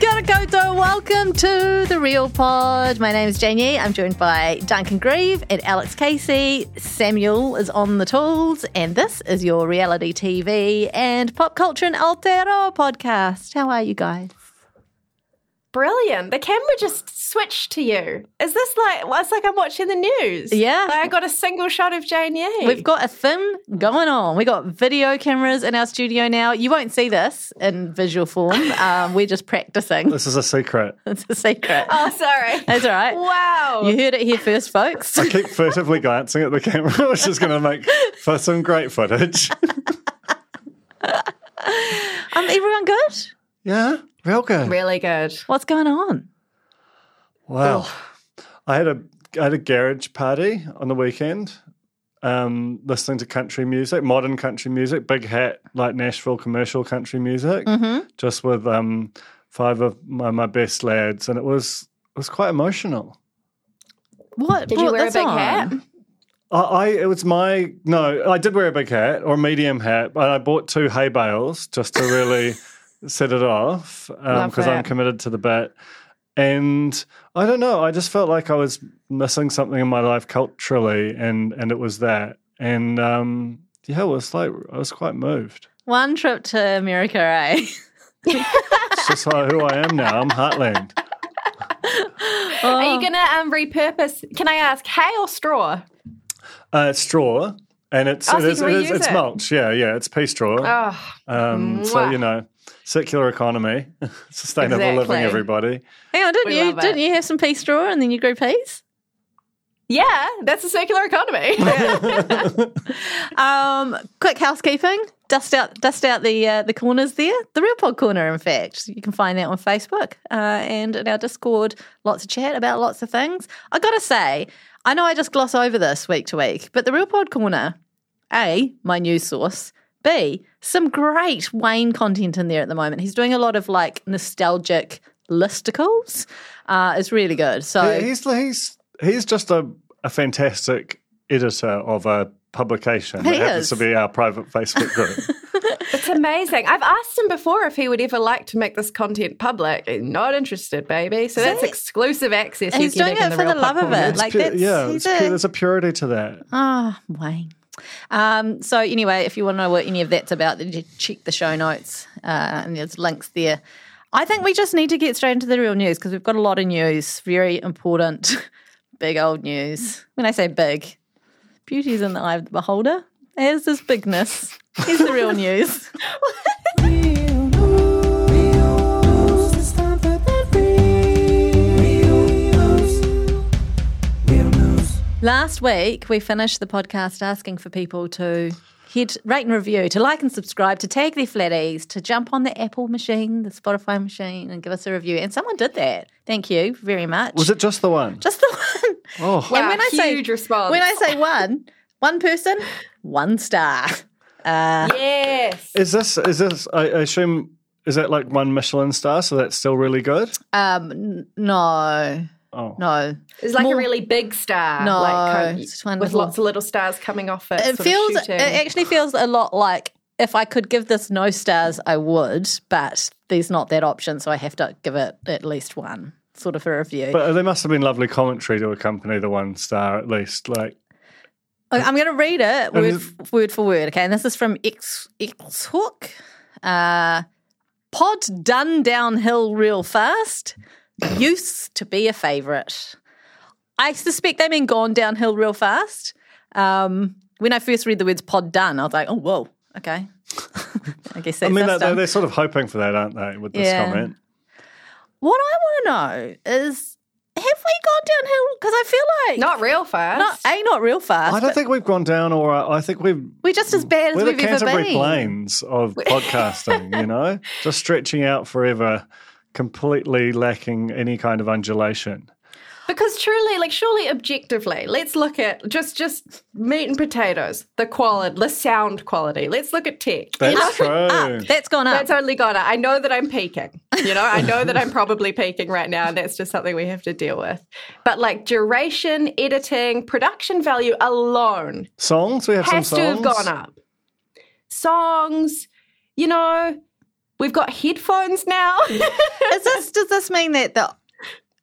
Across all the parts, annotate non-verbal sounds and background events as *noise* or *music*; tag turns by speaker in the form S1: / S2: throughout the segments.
S1: Kia ora koutou, welcome to The Real Pod. My name is Janie. I'm joined by Duncan Grieve and Alex Casey. Samuel is on the tools, and this is your reality TV and pop culture and Aotearoa podcast. How are you guys?
S2: Brilliant. The camera just switched to you. Is this like, well, it's like I'm watching the news.
S1: Yeah.
S2: Like I got a single shot of Jane Yee.
S1: We've got a thing going on. We've got video cameras in our studio now. You won't see this in visual
S2: *laughs*
S1: form. Um, we're just practicing.
S3: This is a secret.
S1: It's a
S2: *laughs*
S1: secret.
S2: *laughs* Oh,
S1: *laughs*
S2: sorry.
S1: That's all right.
S2: wow.
S1: You heard it here first, folks.
S3: I keep furtively glancing at the camera, *laughs* which is going to make for some great footage.
S1: Um, everyone good?
S3: *laughs* Yeah, real good.
S2: Really good.
S1: What's going on?
S3: Wow. I had a I had a garage party on the weekend, um, listening to country music, modern country music, big hat like Nashville commercial country music, just with um, five of my, my best lads, and it was it was quite emotional.
S1: What
S2: Did you
S1: brought
S2: wear a
S1: this
S2: big
S1: on?
S2: hat?
S3: I, I it was my no. I did wear a big hat or a medium hat, but I bought two hay bales just
S2: *laughs*
S3: to really set it off
S2: Love
S3: because I'm
S2: that.
S3: committed to the bit. And I don't know. I just felt like I was missing something in my life culturally, and and it was that. And um, yeah, it was like I was quite moved.
S1: One trip to America, eh?
S3: It's just how- who I am now. I'm Heartland.
S1: Oh, Uh,
S2: Are you going to um, repurpose? Can I ask, hay or straw?
S3: Uh, straw, and it's
S2: Oh, so
S3: it
S2: you
S3: is,
S2: can
S3: it is
S2: reuse
S3: it's
S2: it.
S3: mulch. Yeah, yeah, it's pea straw.
S2: Oh,
S1: Mm,
S3: Um, so
S2: Mwah.
S3: you know, circular economy, *laughs* sustainable
S2: Exactly.
S3: living, everybody.
S1: Hang on, didn't
S2: We
S1: you
S2: love it.
S1: didn't you have some pea straw and then you grew peas?
S2: yeah. That's a
S1: *laughs*
S2: circular economy.
S1: Um, quick housekeeping: dust out dust out the uh, the corners there. The real pod corner, in fact, you can find that on Facebook uh, and in our Discord. Lots of chat about lots of things. I gotta say, I know I just gloss over this week to week, but the real pod corner, a my news source. B, some great Wayne content in there at the moment. He's doing a lot of like nostalgic listicles. Uh, it's really good. So
S3: He- He's he's he's just a, a fantastic editor of a publication
S1: He
S3: that happens
S1: is.
S3: to be our private Facebook
S1: *laughs*
S3: *laughs* group.
S2: *laughs* it's amazing. I've asked him before if he would ever like to make this content public. He's not interested, baby. So that's
S1: See?
S2: exclusive access.
S1: He's
S2: you're
S1: doing it
S2: getting in
S1: for
S2: Real
S1: the love of
S2: Popcorn.
S1: it. Like
S3: Pu-
S1: that's
S3: yeah,
S1: he's
S3: it's
S1: a-
S3: pu- there's a purity to that.
S1: Ah, Wayne. Um, so anyway, if you want to know what any of that's about, then you check the show notes uh, and there's links there. I think we just need to get straight into the real news because we've got a lot of news, very important, *laughs* big old news. When I say big, beauty is in the eye of the beholder. There's this bigness. Here's the real news. *laughs* Last week, we finished the podcast asking for people to hit rate and review, to like and subscribe, to tag their flatties, to jump on the Apple machine, the Spotify machine, and give us a review. And someone did that. Thank you very much.
S3: Was it just the one?
S1: just the one?
S3: oh,
S2: Wow, huge response.
S1: When I say one, one person, one star.
S2: Yes.
S3: is this is this? I, I assume is that like one Michelin star? So that's still really good.
S1: Um, n- no,
S3: Oh,
S1: no.
S2: It's like
S1: More-
S2: a really big star.
S1: No,
S2: like, kind of-
S1: it's one
S2: with
S1: little-
S2: lots of little stars coming off it.
S1: It
S2: sort of
S1: feels. It
S2: shooting.
S1: actually feels a lot like if I could give this no stars, I would. But there's not that option, so I have to give it at least one sort of a review.
S3: but there must have been lovely commentary to accompany the one star at least. Like
S1: Okay, I'm going to read it word,
S3: this-
S1: f- word for word. Okay, and this is from X X Hook. Uh, Pod done downhill real fast. Used to be a favourite. I suspect they mean gone downhill real fast. Um, when I first read the words "pod done," I was like, "Oh, whoa, okay." *laughs* I guess that's
S3: I mean,
S1: us
S3: that,
S1: done.
S3: they're, they're sort of hoping for that, aren't they? With this
S1: Yeah.
S3: comment.
S1: What I want to know is have we gone downhill? Because I feel like
S2: Not real fast.
S1: not a not real fast.
S3: I don't
S1: but
S3: think we've gone down all right. I think we've
S1: we're just as bad as
S3: we're the
S1: we've ever
S3: Canterbury
S1: been.
S3: Plains of podcasting, you know?
S2: *laughs*
S3: Just stretching out forever, completely lacking any kind of undulation.
S2: Because truly, like surely objectively, let's look at just just meat and potatoes, the quality, the sound quality. Let's look at tech.
S3: That's true.
S1: Up. That's gone up.
S2: That's only got it. I know that I'm peaking. You know, I know that I'm probably peaking right now, and that's just something we have to deal with. But like duration, editing, production value alone
S3: songs? We have
S2: has
S3: some
S2: to
S3: songs.
S2: have gone up. Songs, you know, we've got headphones now. *laughs*
S1: Is this does this mean that the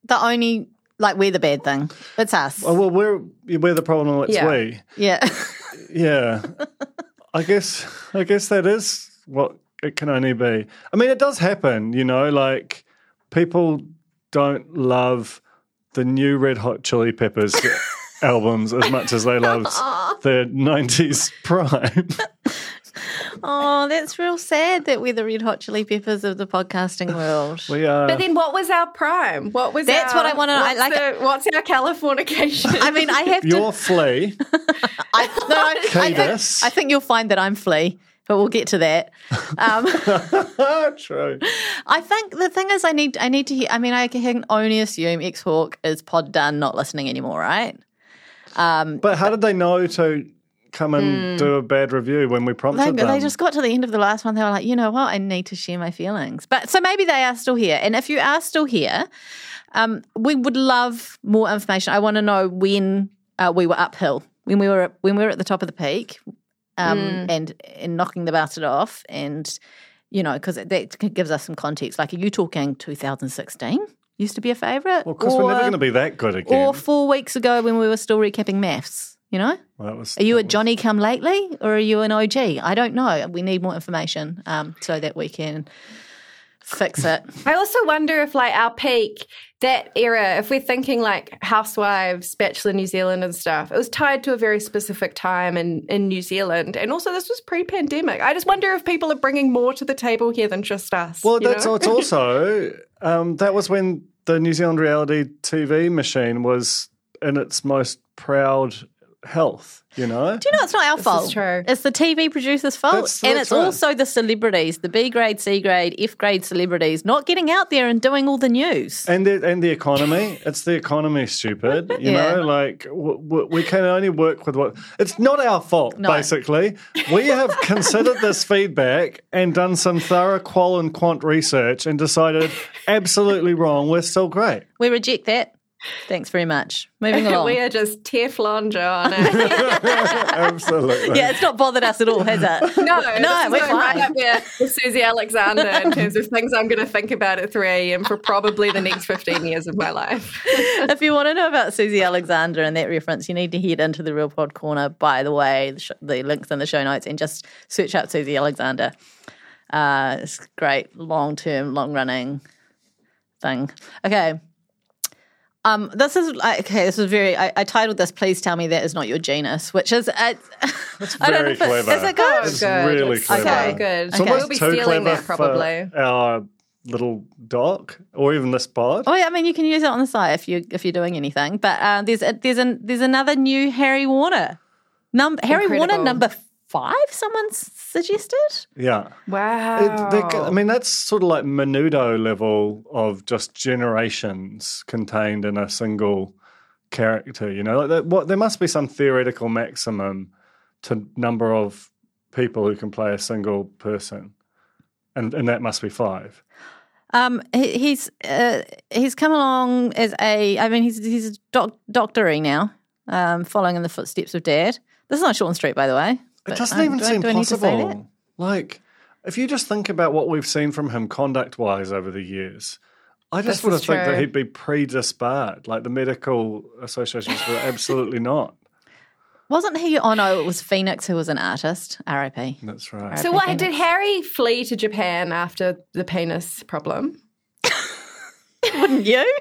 S1: the only like we're the bad thing? It's us.
S3: Oh, well, we're, we're the problem, it's
S2: Yeah.
S3: we.
S1: yeah. *laughs*
S3: Yeah. I guess I guess that is what it can only be. I mean it does happen, you know, like people don't love the new Red Hot
S1: *laughs*
S3: Chili Peppers albums as much as they loved their 90s prime.
S1: oh, that's real sad that we're the red hot chili peppers of the podcasting world.
S3: we are
S2: but then, what was our prime? What was
S1: That's
S2: our-
S1: what I wanna know. I
S2: what's
S1: like
S2: the- what's our Californication?
S1: I mean, I have to.
S3: your flea,
S1: *laughs* I, no, I, I, think,
S3: Cadus.
S1: I think you'll find that I'm flea, but we'll get to that. Um,
S3: True.
S1: I think the thing is, I need I need to hear. I mean, I can only assume X Hawk is pod done, not listening anymore, right?
S3: But how did they know to come and do a bad review when we prompted
S1: Hmm. They,
S3: them?
S1: they just got to the end of the last one. They were like, you know what? I need to share my feelings. But so maybe they are still here. And if you are still here, um, we would love more information. I want to know when uh, we were uphill, when we were when we were at the top of the peak, um,
S3: Mm.
S1: and and knocking the bastard off, and you know, because that gives us some context. Like, are you talking 2016? Used to be a favorite.
S3: well, because we're never
S1: Or-
S3: going to be that good again.
S1: or four weeks ago when we were still recapping maths. You know,
S3: Well, that was-
S1: are you a Johnny come lately or are you an OG? I don't know. We need more information um, so that we can fix it.
S2: *laughs* I also wonder if, like, our peak, that era, if we're thinking like Housewives, Bachelor New Zealand and stuff, it was tied to a very specific time in, in New Zealand. And also, this was pre pandemic. I just wonder if people are bringing more to the table here than just us.
S3: Well,
S2: you
S3: that's
S2: know? *laughs*
S3: it's also um, that was when the New Zealand reality TV machine was in its most proud health. You know,
S1: Do you know it's not our fault?
S2: true.
S1: It's the TV producer's fault.
S3: That's-
S1: and
S3: that's
S1: it's
S3: right.
S1: also the celebrities, the B grade, C grade, F grade celebrities not getting out there and doing all the news.
S3: and the, and the economy. it's the economy, stupid. You
S1: Yeah.
S3: know, like w- w- we can only work with what. It's not our fault.
S1: No.
S3: Basically, we have considered this feedback and done some thorough qual and quant research and decided absolutely wrong. We're still great. *laughs*
S1: We reject that. Thanks very much. Moving along.
S2: we are just Teflon
S3: *laughs*
S2: John. no,
S3: absolutely.
S1: yeah, it's not bothered us at all, has
S3: *laughs*
S1: it?
S2: no,
S1: we're
S2: this is right
S1: fine.
S2: up there with Susie Alexander in terms of things I'm going to think about at 3 a.m. for probably the next 15 years of my life.
S3: *laughs*
S1: if you want to know about Susie Alexander and that reference, you need to head into the Real Pod Corner, by the way, the, sh- the links in the show notes, and just search up Susie Alexander. Uh, it's great, long term, long running thing. Okay. Um, this is like- okay. This is very. I, I titled this. Please tell me that is not your genus, which is. It's, That's *laughs* I don't know
S3: very
S1: if it's,
S3: clever.
S1: Is it good?
S3: It's really
S2: It's
S3: clever.
S2: so good.
S1: Okay.
S2: We'll be
S3: too
S2: stealing
S3: clever
S2: that probably.
S3: For our little doc, or even this pod.
S1: Oh, yeah, I mean, you can use it on the site if you if you're doing anything. But uh, there's a, there's an there's another new Harry Warner number. Harry Warner
S2: Incredible.
S1: number five. Someone s- suggested.
S3: Yeah,
S2: *laughs* Wow.
S3: It- they ca- I mean that's sort of like Menudo level of just generations contained in a single character. You know, like that, what there must be some theoretical maximum to number of people who can play a single person, and and that must be five.
S1: Um, he, he's uh, he's come along as a. I mean, he's he's a doc, doctory now, um, following in the footsteps of Dad. This is not Shorten Street, by the way.
S3: It
S1: but,
S3: doesn't
S1: um,
S3: even
S1: do I-
S3: seem
S1: do I need to say that?
S3: possible. Like, if you just think about what we've seen from him conduct wise over the years, I just
S2: This
S3: would have
S2: is
S3: think that
S2: true.
S3: he'd be pre disbarred. Like, the medical associations were absolutely not.
S1: Wasn't he? Oh no, it was Phoenix who was an artist. R.I.P.
S3: That's right.
S2: So what did Harry flee to Japan after the penis problem?
S1: Wouldn't you?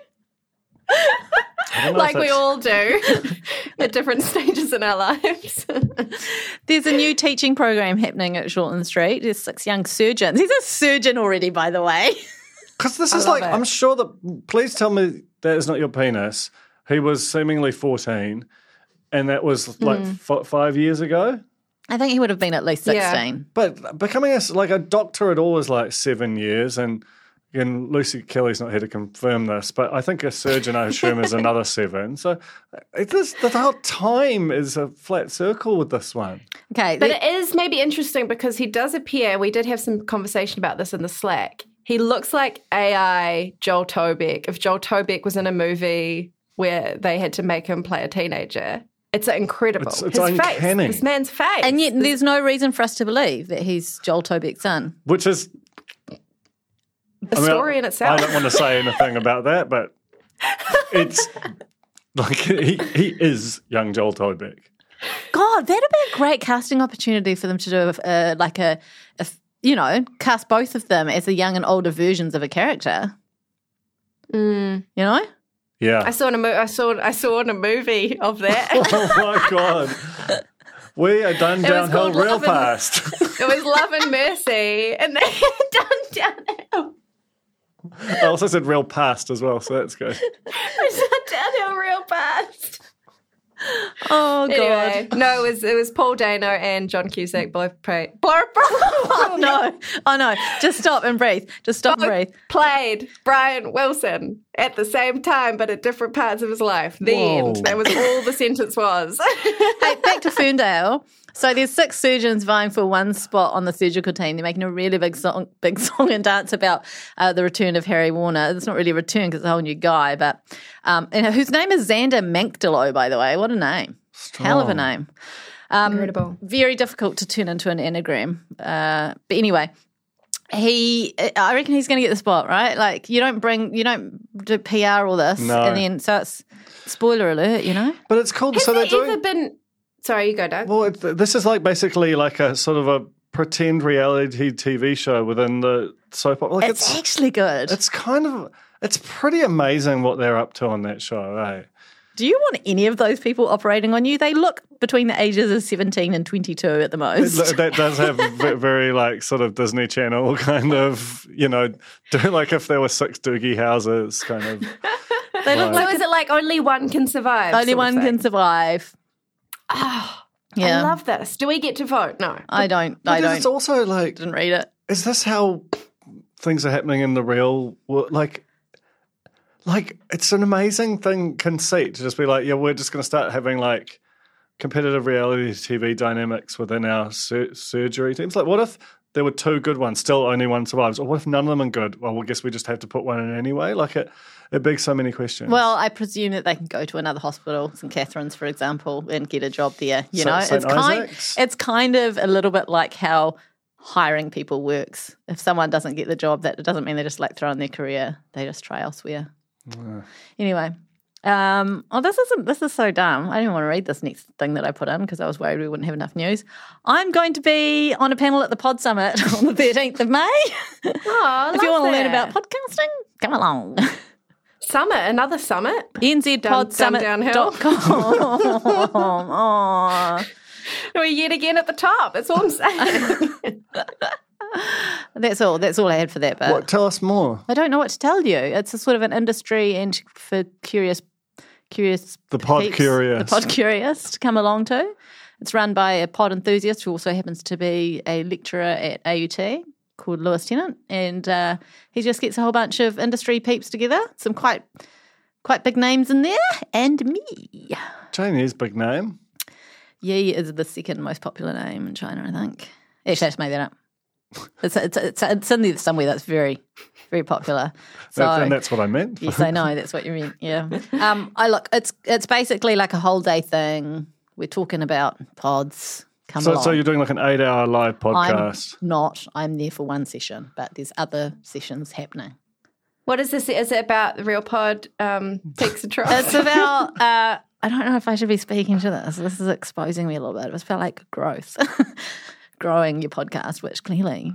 S3: I don't know if
S2: Like we
S3: that's-
S2: all do *laughs* at different stages in our lives. *laughs*
S1: There's a new teaching program happening at Shorten Street. There's six young surgeons. He's a surgeon already, by the way.
S3: Because this is like, I'm sure that, please tell me that is not your penis He was seemingly 14, and that was like
S1: Mm.
S3: f- five years ago.
S1: I think he would have been at least
S2: Yeah.
S1: 16.
S3: But becoming a, like a doctor at all is like seven years, and again, Lucy Kelly's not here to confirm this, but I think a surgeon, I assume,
S2: *laughs*
S3: is another seven. So it's just, the whole time is a flat circle with this one.
S1: Okay.
S2: But
S1: the-
S2: it is maybe interesting because he does appear. We did have some conversation about this in the Slack. He looks like AI Joel Tobeck. If Joel Tobeck was in a movie where they had to make him play a teenager, it's incredible.
S3: It's- it's
S2: His
S3: uncanny.
S2: face, this man's face,
S1: and yet there's no reason for us to believe that he's Joel Tobeck's son.
S3: Which is,
S2: a
S3: I mean,
S2: story in
S3: I
S2: itself.
S3: don't want to say anything about that, but
S2: *laughs*
S3: it's like he, he is young Joel Tobeck.
S1: God, that'd be a great casting opportunity for them to do a, a, like a, a f- you know, cast both of them as the young and older versions of a character. You know?
S3: Yeah. *laughs*
S2: I saw in a mo- I saw I saw in a movie of that.
S3: oh my God. We are done downhill
S1: called
S3: real
S1: Love and-
S3: fast. *laughs*
S2: it was Love and Mercy, and they *laughs* done downhill.
S3: I also said real past as well, so that's good.
S2: It's downhill real fast.
S1: Oh, God.
S2: Anyway, no, it was it was Paul Dano and John Cusack both play, both, *laughs* both,
S1: No, oh no, just stop and breathe. Just stop and breathe.
S2: played Brian Wilson at the same time, but at different parts of his life. The
S3: Whoa.
S2: end. That was all the sentence was. *laughs*
S1: Hey, back to Ferndale. So there's six surgeons vying for one spot on the surgical team. They're making a really big song, big *laughs* song and dance about uh, the return of Harry Warner. It's not really a return because it's a whole new guy, but um, and whose name is Xander Mankdalo, by the way. What a name! Hell of a
S3: Strong.
S1: name. Um,
S2: Incredible.
S1: Very difficult to turn into an anagram. Uh, but anyway, he, I reckon he's going to get the spot, right? Like you don't bring, you don't do PR all this,
S3: No.
S1: and then so it's spoiler alert, you know.
S3: But it's cool. so
S2: Has
S3: they're
S2: there
S3: doing.
S2: ever been? Sorry, you go, Doug.
S3: Well, it, this is like basically like a sort of a pretend reality TV show within the soap opera. Like
S1: it's
S3: it's
S1: actually good.
S3: it's kind of it's pretty amazing what they're up to on that show, eh? right?
S1: Do you want any of those people operating on you? They look between the ages of 17 and 22 at the most.
S3: That that does have ve-
S2: *laughs*
S3: very like sort of Disney Channel *laughs* kind of you know *laughs* do like if there were six Doogie houses kind of.
S1: they look
S3: Right.
S1: like
S2: so is it like only one can
S1: *laughs*
S2: survive?
S1: only
S2: sort of
S1: one
S2: thing?
S1: can survive. yeah.
S2: I love this. Do we get to vote? No.
S1: I don't. I
S3: Because
S1: don't.
S3: it's also like
S1: didn't read it.
S3: is this how things are happening in the real world? Like, like it's an amazing thing conceit to just be like, yeah, we're just going to start having like competitive reality TV dynamics within our sur- surgery teams. Like, what if there were two good ones, still only one survives, or what if none of them are good? Well, I guess we just have to put one in anyway. Like, it it begs so many questions.
S1: Well, I presume that they can go to another hospital, St. Catherine's, for example, and get a job there. You
S3: Sa-
S1: know,
S3: St.
S1: it's kind.
S3: Isaac's?
S1: It's kind of a little bit like how hiring people works. If someone doesn't get the job, that doesn't mean they just like throw in their career. They just try elsewhere. Anyway. Um, oh, this isn't. This is so dumb. I didn't want to read this next thing that I put in because I was worried we wouldn't have enough news. I'm going to be on a panel at the Pod Summit *laughs* on the 13th of May.
S2: Oh,
S1: if you
S2: love
S1: want to learn
S2: that.
S1: about podcasting, come
S2: *laughs*
S1: along.
S2: summit, another summit.
S1: NZPodSummit.com. Aw.
S2: We're yet again at the top. That's all I'm saying.
S1: That's all. That's all I had for that bit.
S3: what, tell us more.
S1: I don't know what to tell you. It's a sort of an industry and for curious, curious
S3: The pod
S1: peeps,
S3: curious.
S1: the pod curious to come along to. It's run by a pod enthusiast who also happens to be a lecturer at AUT called Lewis Tennant, and uh, he just gets a whole bunch of industry peeps together. Some quite, quite big names in there, and me.
S3: Jane is big name.
S1: Yi is the second most popular name in China, I think. Actually, I just made that
S3: *laughs*
S1: up. It's it's it's, it's in there somewhere that's very, very popular. So
S3: That- and *laughs* that's what I meant.
S1: Yes, I know. That's what you mean.
S3: *laughs*
S1: Yeah. Um, I look. It's it's basically like a whole day thing. We're talking about pods. Come
S3: So,
S1: along.
S3: so you're doing like an eight-hour live
S1: I'm
S3: podcast.
S1: not. I'm there for one session, but there's other sessions happening.
S2: what is this? Is it about the real pod um, takes a trip?
S1: It's about. *laughs* Uh, I don't know if I should be speaking to this. This is exposing me a little bit. It's about like growth, *laughs* growing your podcast, which clearly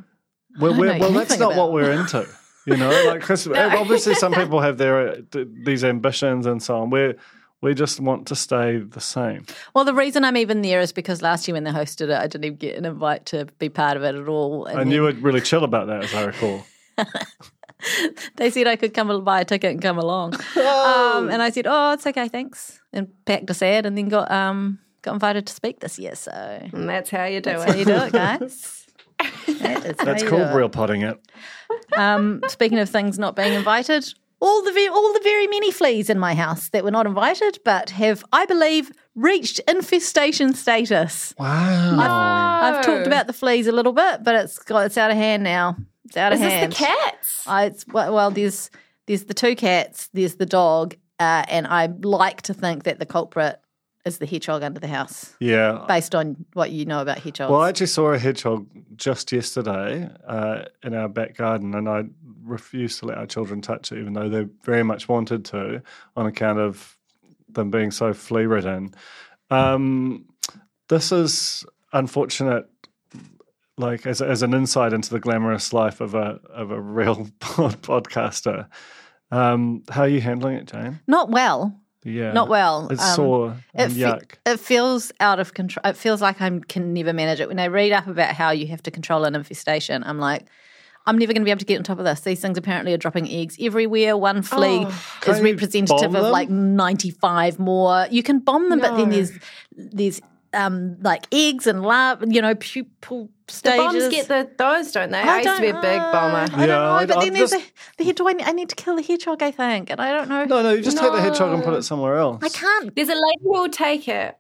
S3: Well,
S1: don't
S3: we're,
S1: know
S3: well, that's
S1: anything
S3: not
S1: about-
S3: what we're into, you know.
S1: *laughs*
S3: Like, 'cause *laughs* obviously, some people have their uh, th- these ambitions and so on. We we just want to stay the same.
S1: Well, the reason I'm even there is because last year when they hosted it, I didn't even get an invite to be part of it at all.
S3: And you were really chill about that, as I recall.
S1: they said I could come and buy a ticket and come along. Um, and I said, oh, it's okay, thanks. And packed a sad and then got um, got invited to speak this year. So
S2: And that's how you do
S1: that's how
S2: it.
S1: you do it, guys. That is how
S3: That's
S1: you
S3: cool,
S1: do it.
S3: real potting it.
S1: Um, speaking of things not being invited, all the ve- all the very many fleas in my house that were not invited, but have I believe reached infestation status.
S3: Wow.
S1: I've
S2: Oh.
S1: talked about the fleas a little bit, but it's got it's out of hand now. It's out
S2: Is
S1: of
S2: this
S1: hand.
S2: the cats?
S1: I, it's well, well, there's there's the two cats, there's the dog, uh, and I like to think that the culprit is the hedgehog under the house,
S3: Yeah.
S1: based on what you know about hedgehogs.
S3: Well, I actually saw a hedgehog just yesterday uh, in our back garden, and I refused to let our children touch it, even though they very much wanted to, on account of them being so flea ridden. Um, this is unfortunate, like as, as an insight into the glamorous life of a of a real *laughs* pod- podcaster. Um, how are you handling it, Jane?
S1: Not well.
S3: Yeah,
S1: Not well.
S3: Uh, It's
S1: Um,
S3: sore and
S1: it, fe-
S3: yuck.
S1: it feels out of control. It feels like I can never manage it. When I read up about how you have to control an infestation, I'm like, I'm never going to be able to get on top of this. These things apparently are dropping eggs everywhere. One flea
S3: Can't
S1: is
S3: you
S1: representative
S3: Oh, bomb
S1: of
S3: them?
S1: like 95 more. You can bomb them, but then
S2: No.
S1: there's there's um, like eggs and larvae, you know, pupal
S2: The
S1: stages.
S2: bombs get the, those, don't they? I, used to be a big bomber.
S1: I don't
S3: Yeah,
S1: know,
S3: I-
S1: but
S3: I
S1: then there's
S3: just-
S1: the, the hedgehog. I need to kill the hedgehog, I think, and I don't know.
S3: No, no, you just take the hedgehog and put
S2: No.
S3: it somewhere else.
S1: I
S3: *laughs*
S1: can't.
S2: There's a lady who will take it.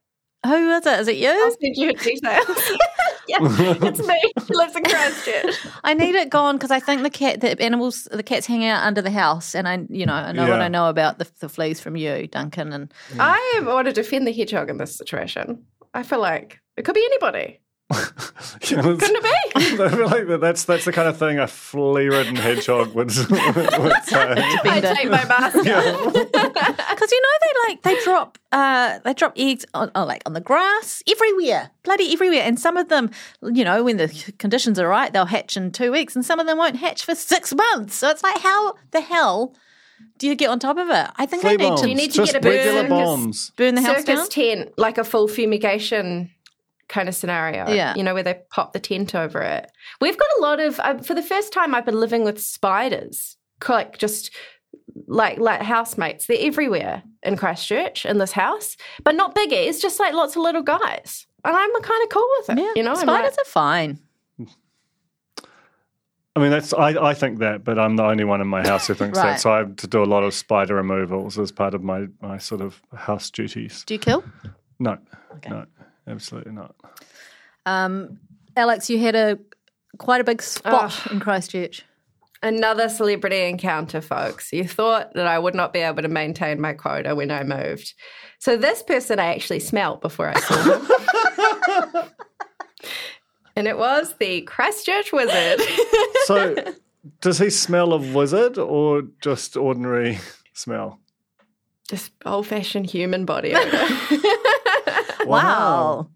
S1: Who is it? Is it you?
S2: I'll send you her *laughs* details. yeah, it's me. She lives in *laughs* Christchurch.
S1: I need it gone because I think the cat, the animals, the cats hang out under the house, and I, you know, I know what
S3: Yeah.
S1: I know about the, the fleas from you, Duncan, and
S2: I want to defend the hedgehog in this situation. I feel like it could be anybody.
S3: Yeah, it's-
S2: Couldn't it be?
S3: *laughs* I feel like that- that's that's the kind of thing a flea-ridden hedgehog would, *laughs* would *laughs* say.
S2: *laughs* *laughs* I
S1: Defend it.
S2: take my mask off.
S1: because you know they like they drop, uh, they drop eggs on, on like on the grass everywhere, bloody everywhere, and some of them, you know, when the conditions are right, they'll hatch in two weeks, and some of them won't hatch for six months. So it's like, how the hell do you get on top of it? I think
S3: Flea
S1: I need
S3: bombs.
S1: to
S2: You need to
S3: Just
S2: get a bird
S3: regular
S2: circus.
S3: bombs.
S1: burn the house
S2: circus
S1: down.
S2: tent, like a full fumigation kind of scenario.
S1: Yeah.
S2: You know, where they pop the tent over it. We've got a lot of, I, for the first time, I've been living with spiders, like just like like housemates. They're everywhere in Christchurch, in this house, but not biggie. It's just like lots of little guys. And I'm kind of cool with it.
S1: yeah,
S2: You know, I'm like-
S1: spiders are fine.
S3: I mean, that's I, I think that, but I'm the only one in my house who thinks
S1: Right.
S3: that. So I have to do a lot of spider removals as part of my, my sort of house duties.
S1: Do you kill?
S3: No, no, absolutely not.
S1: Um, Alex, you had a quite a big spot in Christchurch.
S2: Another celebrity encounter, folks. You thought that I would not be able to maintain my quota when I moved. So this person I actually smelt before I saw him. and it was the Christchurch wizard.
S3: So *laughs* does he smell of wizard or just ordinary
S2: *laughs*
S3: smell?
S2: Just old fashioned human body. odor.
S1: Wow.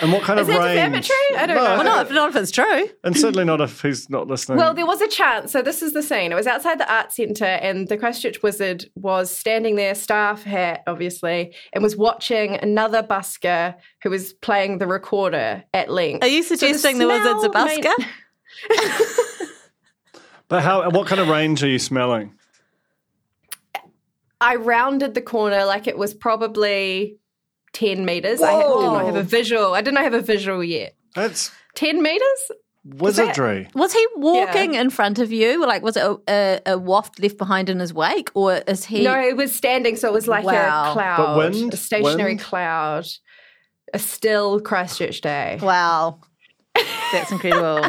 S3: And what kind
S2: Is
S3: of
S2: that
S3: range?
S2: defamatory? I don't know.
S1: Well, not if, not if it's true.
S3: And certainly not if he's not listening.
S2: Well, there was a chance. So this is the scene. It was outside the art centre, and the Christchurch Wizard was standing there, staff hat, obviously, and was watching another busker who was playing the recorder at length.
S1: Are you
S2: So the
S1: suggesting the wizard's a
S2: smell made-
S1: busker?
S3: but how? What kind of range are you smelling?
S2: I rounded the corner like it was probably 10 meters. I ha- did not have a visual. I didn't have a visual yet.
S3: That's
S2: 10 meters?
S3: wizardry.
S1: *laughs* Was he walking in front of you? Like, was it a, a, a waft left behind in his wake, or is he?
S2: No, it was standing, so it was like
S1: Wow.
S2: a cloud,
S3: But wind?
S2: a stationary
S3: Wind?
S2: cloud, a still Christchurch day.
S1: Oh. Wow, that's *laughs* incredible.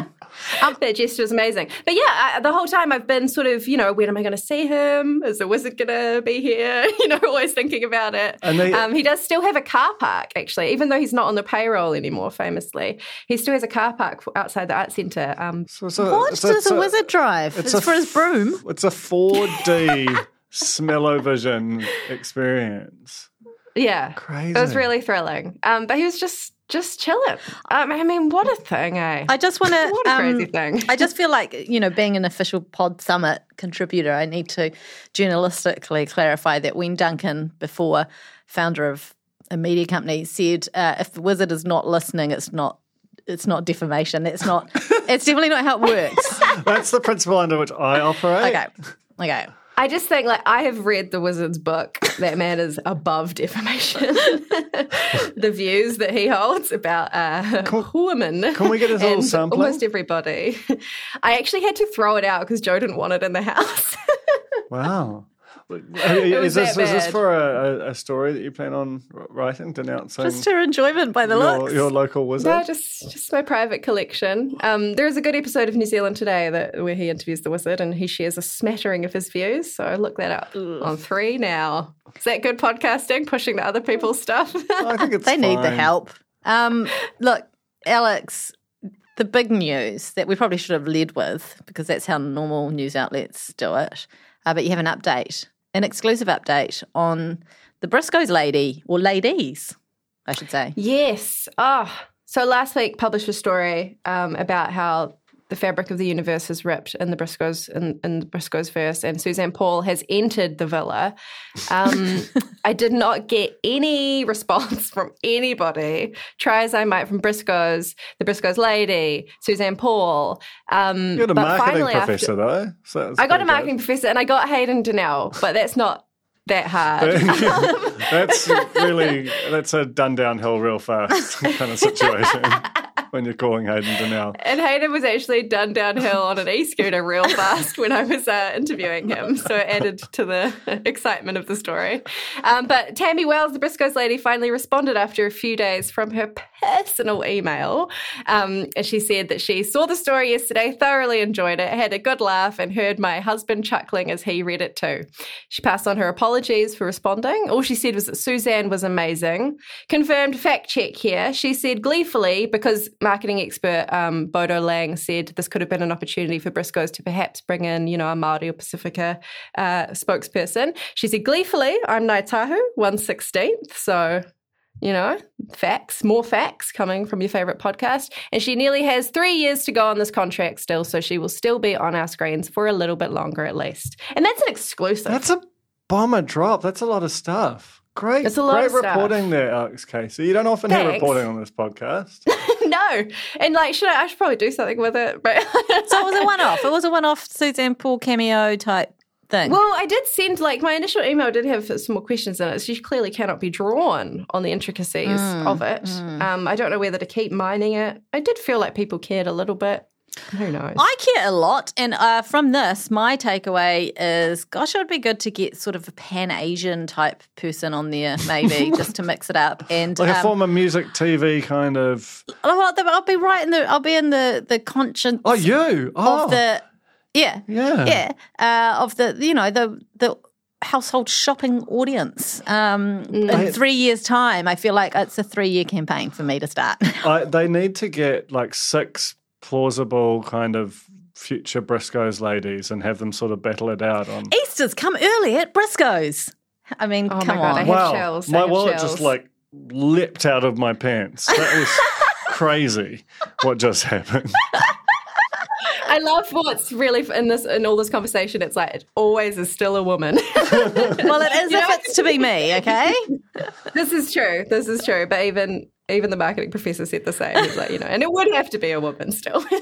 S2: That gesture was amazing. But yeah, I, the whole time I've been sort of, you know, when am I going to see him? Is the wizard going to be here? *laughs* You know, always thinking about it.
S3: And they-
S2: um, he does still have a car park, actually, even though he's not on the payroll anymore, famously. He still has a car park outside the art centre. Um,
S3: So it's a-
S1: what
S3: it's
S1: does
S3: it's
S1: a wizard drive? It's,
S3: a
S1: for his
S3: f- *laughs*
S1: broom.
S3: It's
S1: *laughs*
S3: a 4D smell-o-vision experience.
S2: yeah.
S3: Crazy.
S2: It was really thrilling. Um, but he was just just chilling. Um, I mean, what a thing, eh?
S1: I just um, want to.
S2: what a crazy thing.
S1: I just feel like, you know, being an official Pod Summit contributor, I need to journalistically clarify that when Duncan, before founder of a media company, said, uh, if the wizard is not listening, it's not it's not defamation. That's not. it's definitely not how it
S3: *laughs*
S1: works.
S3: That's the principle under which I operate.
S1: Okay. Okay.
S2: I just think like I have read the Wizard's book. That man is above defamation. *laughs* the views that he holds about uh, women.
S3: can we get his little
S2: and
S3: sampling?
S2: Almost everybody. I actually had to throw it out because Joe didn't want it in the house.
S1: *laughs*
S3: Wow. Is
S2: was
S3: this, is
S2: that
S3: this
S2: bad.
S3: for a, a, a story that you plan on writing, denouncing
S1: Just her enjoyment by the
S3: Um, your,
S1: looks.
S3: your local wizard?
S1: *laughs*
S2: no, just just my private collection. Um, there is a good episode of New Zealand Today that where he interviews the wizard and he shares a smattering of his views. So look that up on three now. Is that good podcasting? Pushing the other people's stuff. *laughs*
S3: I think it's
S1: they need the
S3: fine.
S1: help. Um, *laughs* look, Alex, the big news that we probably should have led with because that's how normal news outlets do it. Uh, but you have an update, an exclusive update on the Briscoes lady or ladies, I should say.
S2: Yes. Oh, so last week published a story um, about how the fabric of the universe is ripped in the Briscoes in, in the Briscoes verse, and Suzanne Paul has entered the villa. Um, I did not get any response from anybody. Try as I might from Briscoes, the Briscoes lady, Suzanne Paul. Um,
S3: You're the
S2: but
S3: marketing
S2: finally after-
S3: professor, though. So that's
S2: I got a
S3: pretty
S2: marketing professor, and I got Hayden Donnell, but that's not that hard.
S3: good. *laughs* that's really that's a done downhill real fast *laughs* kind of situation
S2: *laughs*
S3: when you're calling Hayden Donnell.
S2: And Hayden was actually done downhill on an e-scooter real fast when I was uh, interviewing him, so it added to the excitement of the story. Um, but Tammy Wells, the Briscoes lady, finally responded after a few days from her personal email, um, and she said that she saw the story yesterday, thoroughly enjoyed it, had a good laugh, and heard my husband chuckling as he read it too. She passed on her apologies for responding. All she said was that Suzanne was amazing. Confirmed fact check here. She said gleefully because marketing expert um, Bodo Lang said this could have been an opportunity for Briscoes to perhaps bring in, you know, a Maori or Pacifica uh, spokesperson. She said gleefully, "I'm Naitahu, one sixteenth. So you know, facts, more facts coming from your favorite podcast. And she nearly has three years to go on this contract still, so she will still be on our screens for a little bit longer at least. And that's an exclusive. *laughs*
S3: That's a bomber drop. That's a lot of stuff. Great,
S2: It's a lot
S3: great
S2: of stuff.
S3: reporting there, Alex Casey. You don't often hear
S2: Thanks.
S3: reporting on this podcast.
S2: no. And like, should I, I should probably do something with it, but
S1: So it was a one off. It was a one off Suzanne Paul cameo type thing.
S2: Well, I did send like my initial email did have some more questions in it. She clearly cannot be drawn on the intricacies of it. Um, I don't know whether to keep mining it. I did feel like people cared a little bit. Who knows?
S1: I care a lot. And uh, from this, my takeaway is gosh, it would be good to get sort of a pan Asian type person on there, maybe, just to mix it up. And
S3: Like a
S1: um,
S3: former music TV kind of.
S1: Oh, well, then I'll be right in the. I'll be in the the conscience
S3: Oh, you. Oh,
S1: of the. Yeah,
S3: yeah.
S1: yeah, uh, of the you know the the household shopping audience. Um,
S2: Mm.
S1: in three years' time, I feel like it's a three year campaign for me to start. *laughs*
S3: I, they need to get like six plausible kind of future Briscoes ladies and have them sort of battle it out on.
S1: Easter's come early at Briscoes. I mean,
S2: Oh my
S1: come
S2: God, I
S1: on.
S2: have
S3: wow,
S2: chills, I
S3: my
S2: have
S3: wallet
S2: chills.
S3: just like leapt out of my pants. That was crazy. What just happened?
S2: I love what's really in this in all this conversation. It's like it always is still a woman. *laughs*
S1: well, it is
S2: You
S1: if
S2: know-
S1: it's to be me,
S2: *laughs*
S1: okay?
S2: this is true. This is true. But even even the marketing professor said the same. He's like, you know, and it would have to be a woman still. *laughs*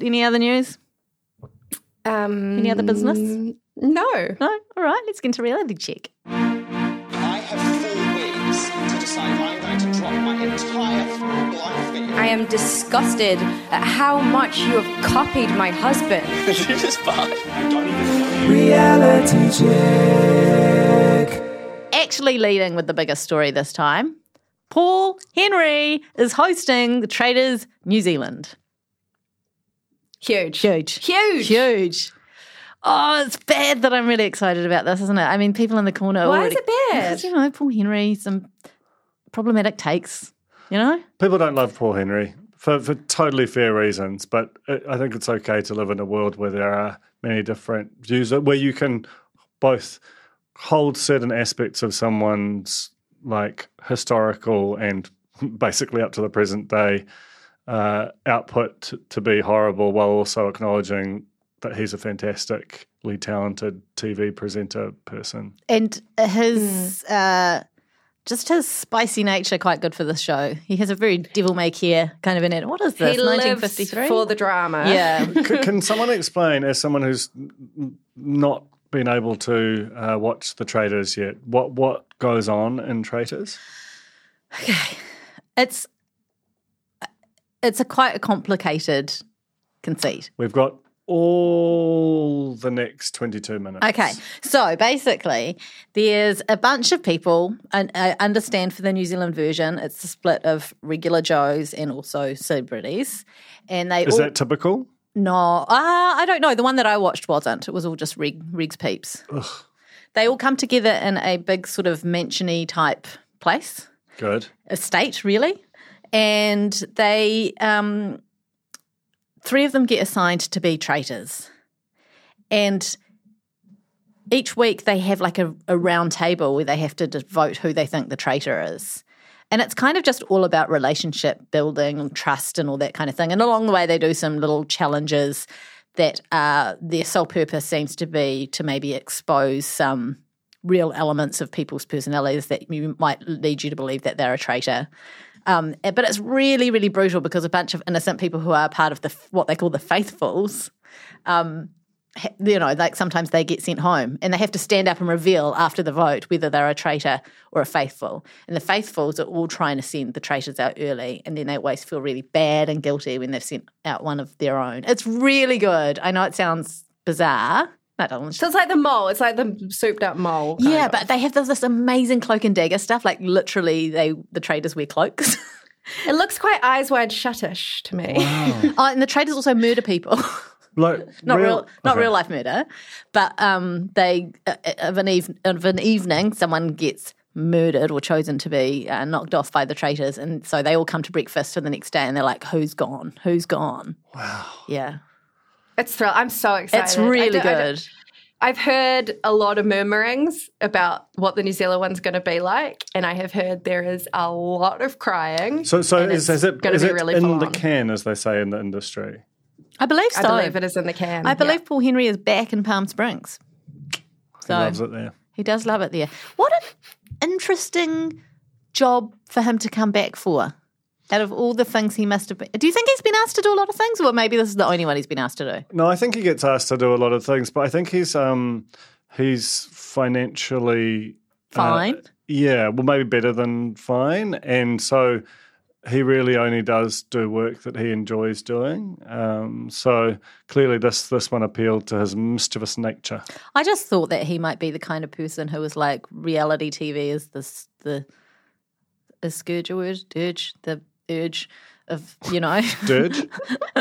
S1: Any other news?
S2: um,
S1: Any other business?
S2: No.
S1: No? All right, let's get into reality check.
S4: I have four weeks to decide I'm going to drop my entire f***ing life in.
S5: I am disgusted at how much you have copied my husband.
S1: Actually, leading with the biggest story this time Paul Henry is hosting the Traders New Zealand.
S2: Huge.
S1: Huge.
S2: Huge.
S1: Huge. Oh, it's bad that I'm really excited about this, isn't it? I mean, people in the corner. are
S2: Why is
S1: already,
S2: it bad?
S1: Because, you know, Paul Henry, some problematic takes, you know?
S3: People don't love Paul Henry for, for totally fair reasons, but I I think it's okay to live in a world where there are many different views, where you can both hold certain aspects of someone's like historical and *laughs* basically up to the present day uh, output to, to be horrible while also acknowledging that he's a fantastically talented TV presenter person.
S1: Hmm. And his uh, just his spicy nature quite good for this show. He has a very devil may care kind of in it. What is this?
S2: He lives
S1: 1953?
S2: for the drama.
S1: yeah.
S3: C- can someone explain, as someone who's n- not been able to uh, watch the Traitors yet, what what goes on in Traitors?
S1: it's it's a quite a complicated conceit.
S3: We've got all the next twenty two minutes.
S1: Okay, so basically, there's a bunch of people, and I understand for the New Zealand version, it's a split of regular Joes and also celebrities, and they
S3: Is
S1: all
S3: that typical?
S1: no, uh, I don't know. The one that I watched wasn't. It was all just Rig, Rig's peeps. They all come together in a big sort of mansiony type place.
S3: Good.
S1: estate, really. And they, um, three of them get assigned to be traitors. And each week they have like a, a round table where they have to just vote who they think the traitor is. And it's kind of just all about relationship building and trust and all that kind of thing. And along the way, they do some little challenges that uh, their sole purpose seems to be to maybe expose some real elements of people's personalities that you might lead you to believe that they're a traitor. Um, eh, but it's really, really brutal because a bunch of innocent people who are part of the f- what they call the faithfuls, um, ha- you know, like sometimes they get sent home and they have to stand up and reveal after the vote whether they're a traitor or a faithful. And the faithfuls are all trying to send the traitors out early, and then they always feel really bad and guilty when they've sent out one of their own. It's really good. I know it sounds bizarre. I don't.
S2: So it's like the mole. It's like the souped up mole. kind
S1: Yeah,
S2: of.
S1: but they have this, this amazing cloak and dagger stuff. Like literally, they the traders wear cloaks. *laughs*
S2: it looks quite eyes wide shutish to me.
S1: oh, and the traders also murder people. *laughs*
S3: Like
S1: not real, not
S3: okay.
S1: real life murder, but um, they uh, uh, of an eve- of an evening, someone gets murdered or chosen to be uh, knocked off by the traitors, and so they all come to breakfast for the next day, and they're like, "Who's gone? Who's gone?" Wow. Yeah,
S2: *laughs* It's thrill. I'm so excited.
S1: it's
S2: I
S1: really
S2: don't- I don't-
S1: good.
S2: I've heard a lot of murmurings about what the New Zealand one's going to be like, and I have heard there is a lot of crying.
S3: So so
S2: And
S3: is,
S2: it's
S3: is it
S2: gonna
S3: is
S2: be
S3: it
S2: really
S3: in
S2: full
S3: the
S2: on.
S3: can, as they say in the industry?
S1: I believe
S2: I
S1: so.
S2: believe it is in the can.
S1: I
S2: yeah.
S1: believe Paul Henry is back in Palm Springs.
S3: He loves it there.
S1: He does love it there. What an interesting job for him to come back for. Out of all the things he must have been, do you think he's been asked to do a lot of things, or maybe this is the only one he's been asked to do?
S3: No, I think he gets asked to do a lot of things, but I think he's um he's financially uh,
S1: Fine.
S3: yeah, well, maybe better than fine, and so he really only does do work that he enjoys doing. Um, so clearly, this this one appealed to his mischievous nature.
S1: I just thought that he might be the kind of person who was like reality TV is this the is scourge a word urge the urge of you know
S3: Dirge.
S1: *laughs*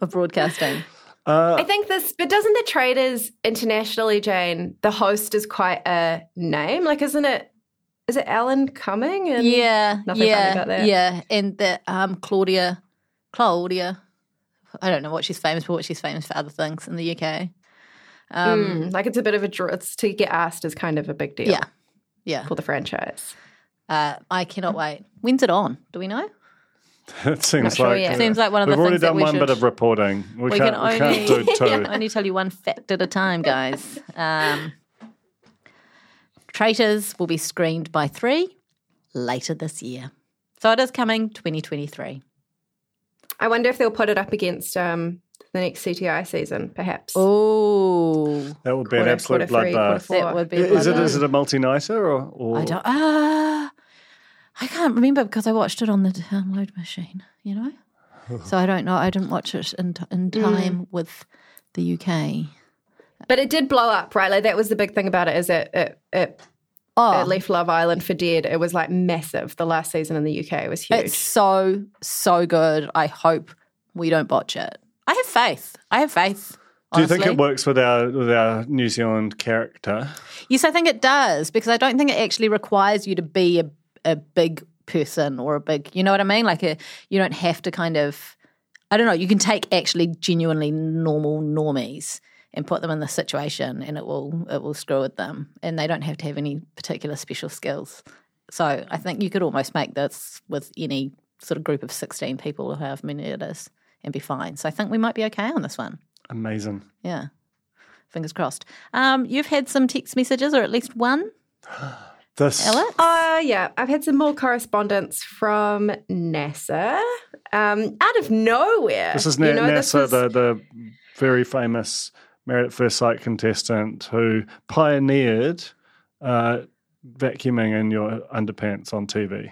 S1: of broadcasting.
S3: Uh,
S2: I think this, but doesn't the traders internationally, Jane? The host is quite a name. Like, isn't it? Is it Alan Cumming? And
S1: Yeah,
S2: nothing funny
S1: yeah,
S2: about that.
S1: yeah, and the um, Claudia, Claudia. I don't know what she's famous for. What she's famous for other things in the UK.
S2: Mm, like it's a bit of a draw. It's to get asked is kind of a big deal.
S1: Um, Yeah. Yeah.
S2: for the franchise.
S1: Uh, I cannot wait. When's it on? Do we know?
S3: *laughs* it seems
S2: sure
S3: like uh,
S2: yet.
S1: Seems like one of
S3: we've
S1: the
S3: already
S1: things that
S3: done
S1: we
S3: one bit
S1: should-
S3: of reporting. We,
S1: We can
S3: can't
S1: only,
S3: we can't
S1: *laughs*
S3: do two.
S1: only tell you one fact at a time, guys. Um, Traitors will be screened by three later this year. So it is coming 2023.
S2: I wonder if they'll put it up against um, the next CTI season, perhaps.
S1: Oh,
S3: that would be an
S2: Quarter-
S3: absolute
S2: quarter three, quarter
S3: bloodbath.
S2: four.
S1: that would be.
S3: Is it
S1: bloody-
S3: is it a multi nighter or, or
S1: I don't. Ah, I can't remember because I watched it on the download machine. You know, so I don't know. I didn't watch it in t- in
S3: Mm.
S1: time with the UK.
S2: But it did blow up, right? Like that was the big thing about it. Is it it, it,
S1: Oh,
S2: it left Love Island for dead? It was like massive. The last season in the UK was huge.
S1: it's so so good. I hope we don't botch it. I have faith. I have faith.
S3: Do you think
S1: honestly.
S3: it works with our with our New Zealand character?
S1: Yes, I think it does because I don't think it actually requires you to be a, a big person or a big, you know what I mean? Like a, you don't have to kind of, I don't know, you can take actually genuinely normal normies and put them in this situation and it will it will screw with them and they don't have to have any particular special skills. So I think you could almost make this with any sort of group of 16 people or however many it is and be fine. So I think we might be okay on this one.
S3: Amazing.
S1: Yeah. Fingers crossed. Um, you've had some text messages, or at least one,
S3: This
S1: Ella?
S2: Uh, yeah, I've had some more correspondence from NASA um, out of nowhere.
S3: this is Na-
S2: You know,
S3: NASA,
S2: this was-
S3: the the very famous Married at First Sight contestant who pioneered uh, vacuuming in your underpants on TV.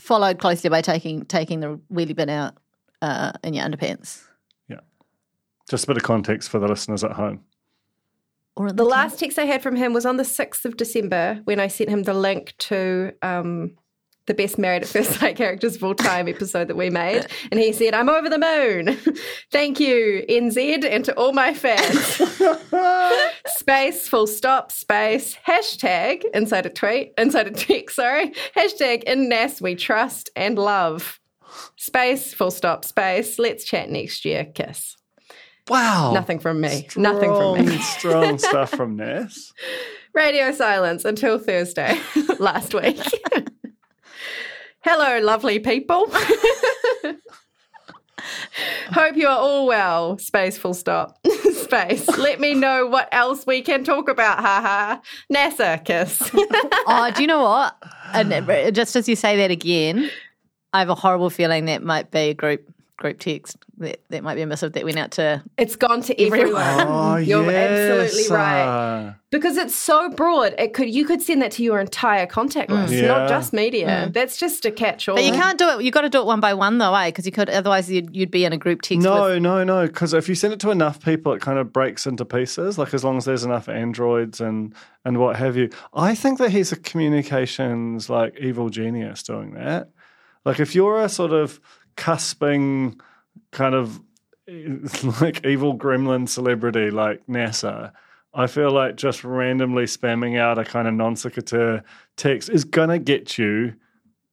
S1: Followed closely by taking taking the wheelie bin out uh, in your underpants.
S3: Just a bit of context for the listeners at home.
S1: Or at
S2: the
S1: the,
S2: last text I had from him was on the 6th of December when I sent him the link to um, the best Married at First Sight *laughs* characters of all time episode that we made. And he said, I'm over the moon. *laughs* Thank you, NZ, and to all my fans. space, full stop, space, hashtag, inside a tweet, inside a text, sorry, hashtag in NAS we trust and love. Space, full stop, space. Let's chat next year. Kiss.
S3: Wow.
S6: Oh,
S2: Nothing from me. Nothing from me. *laughs*
S3: strong stuff from Ness.
S2: Radio silence until Thursday *laughs* last week. *laughs* Hello, lovely people. *laughs* Hope you are all well. Space, full stop. *laughs* Space. Let me know what else we can talk about. Ha ha. NASA kiss.
S1: oh, do you know what? And it- just as you say that again, I have a horrible feeling that might be a group group text that, that might be a missive that went out to
S2: *laughs* it's gone to everyone. *laughs*
S3: Oh,
S2: You're
S3: yes,
S2: absolutely right.
S3: uh,
S2: because it's so broad, it could you could send that to your entire contact list,
S3: Yeah.
S2: not just media. That's just a catch all.
S1: But you can't do it. You've got to do it one by one, though, eh? Because you could, otherwise, you'd, you'd be in a group text.
S3: No,
S1: with-
S3: no, no. Because if you send it to enough people, it kind of breaks into pieces. Like as long as there's enough androids and and what have you. I think that he's a communications like evil genius doing that. Like if you're a sort of cusping kind of *laughs* like evil gremlin celebrity like NASA. I feel like just randomly spamming out a kind of non sequitur text is gonna get you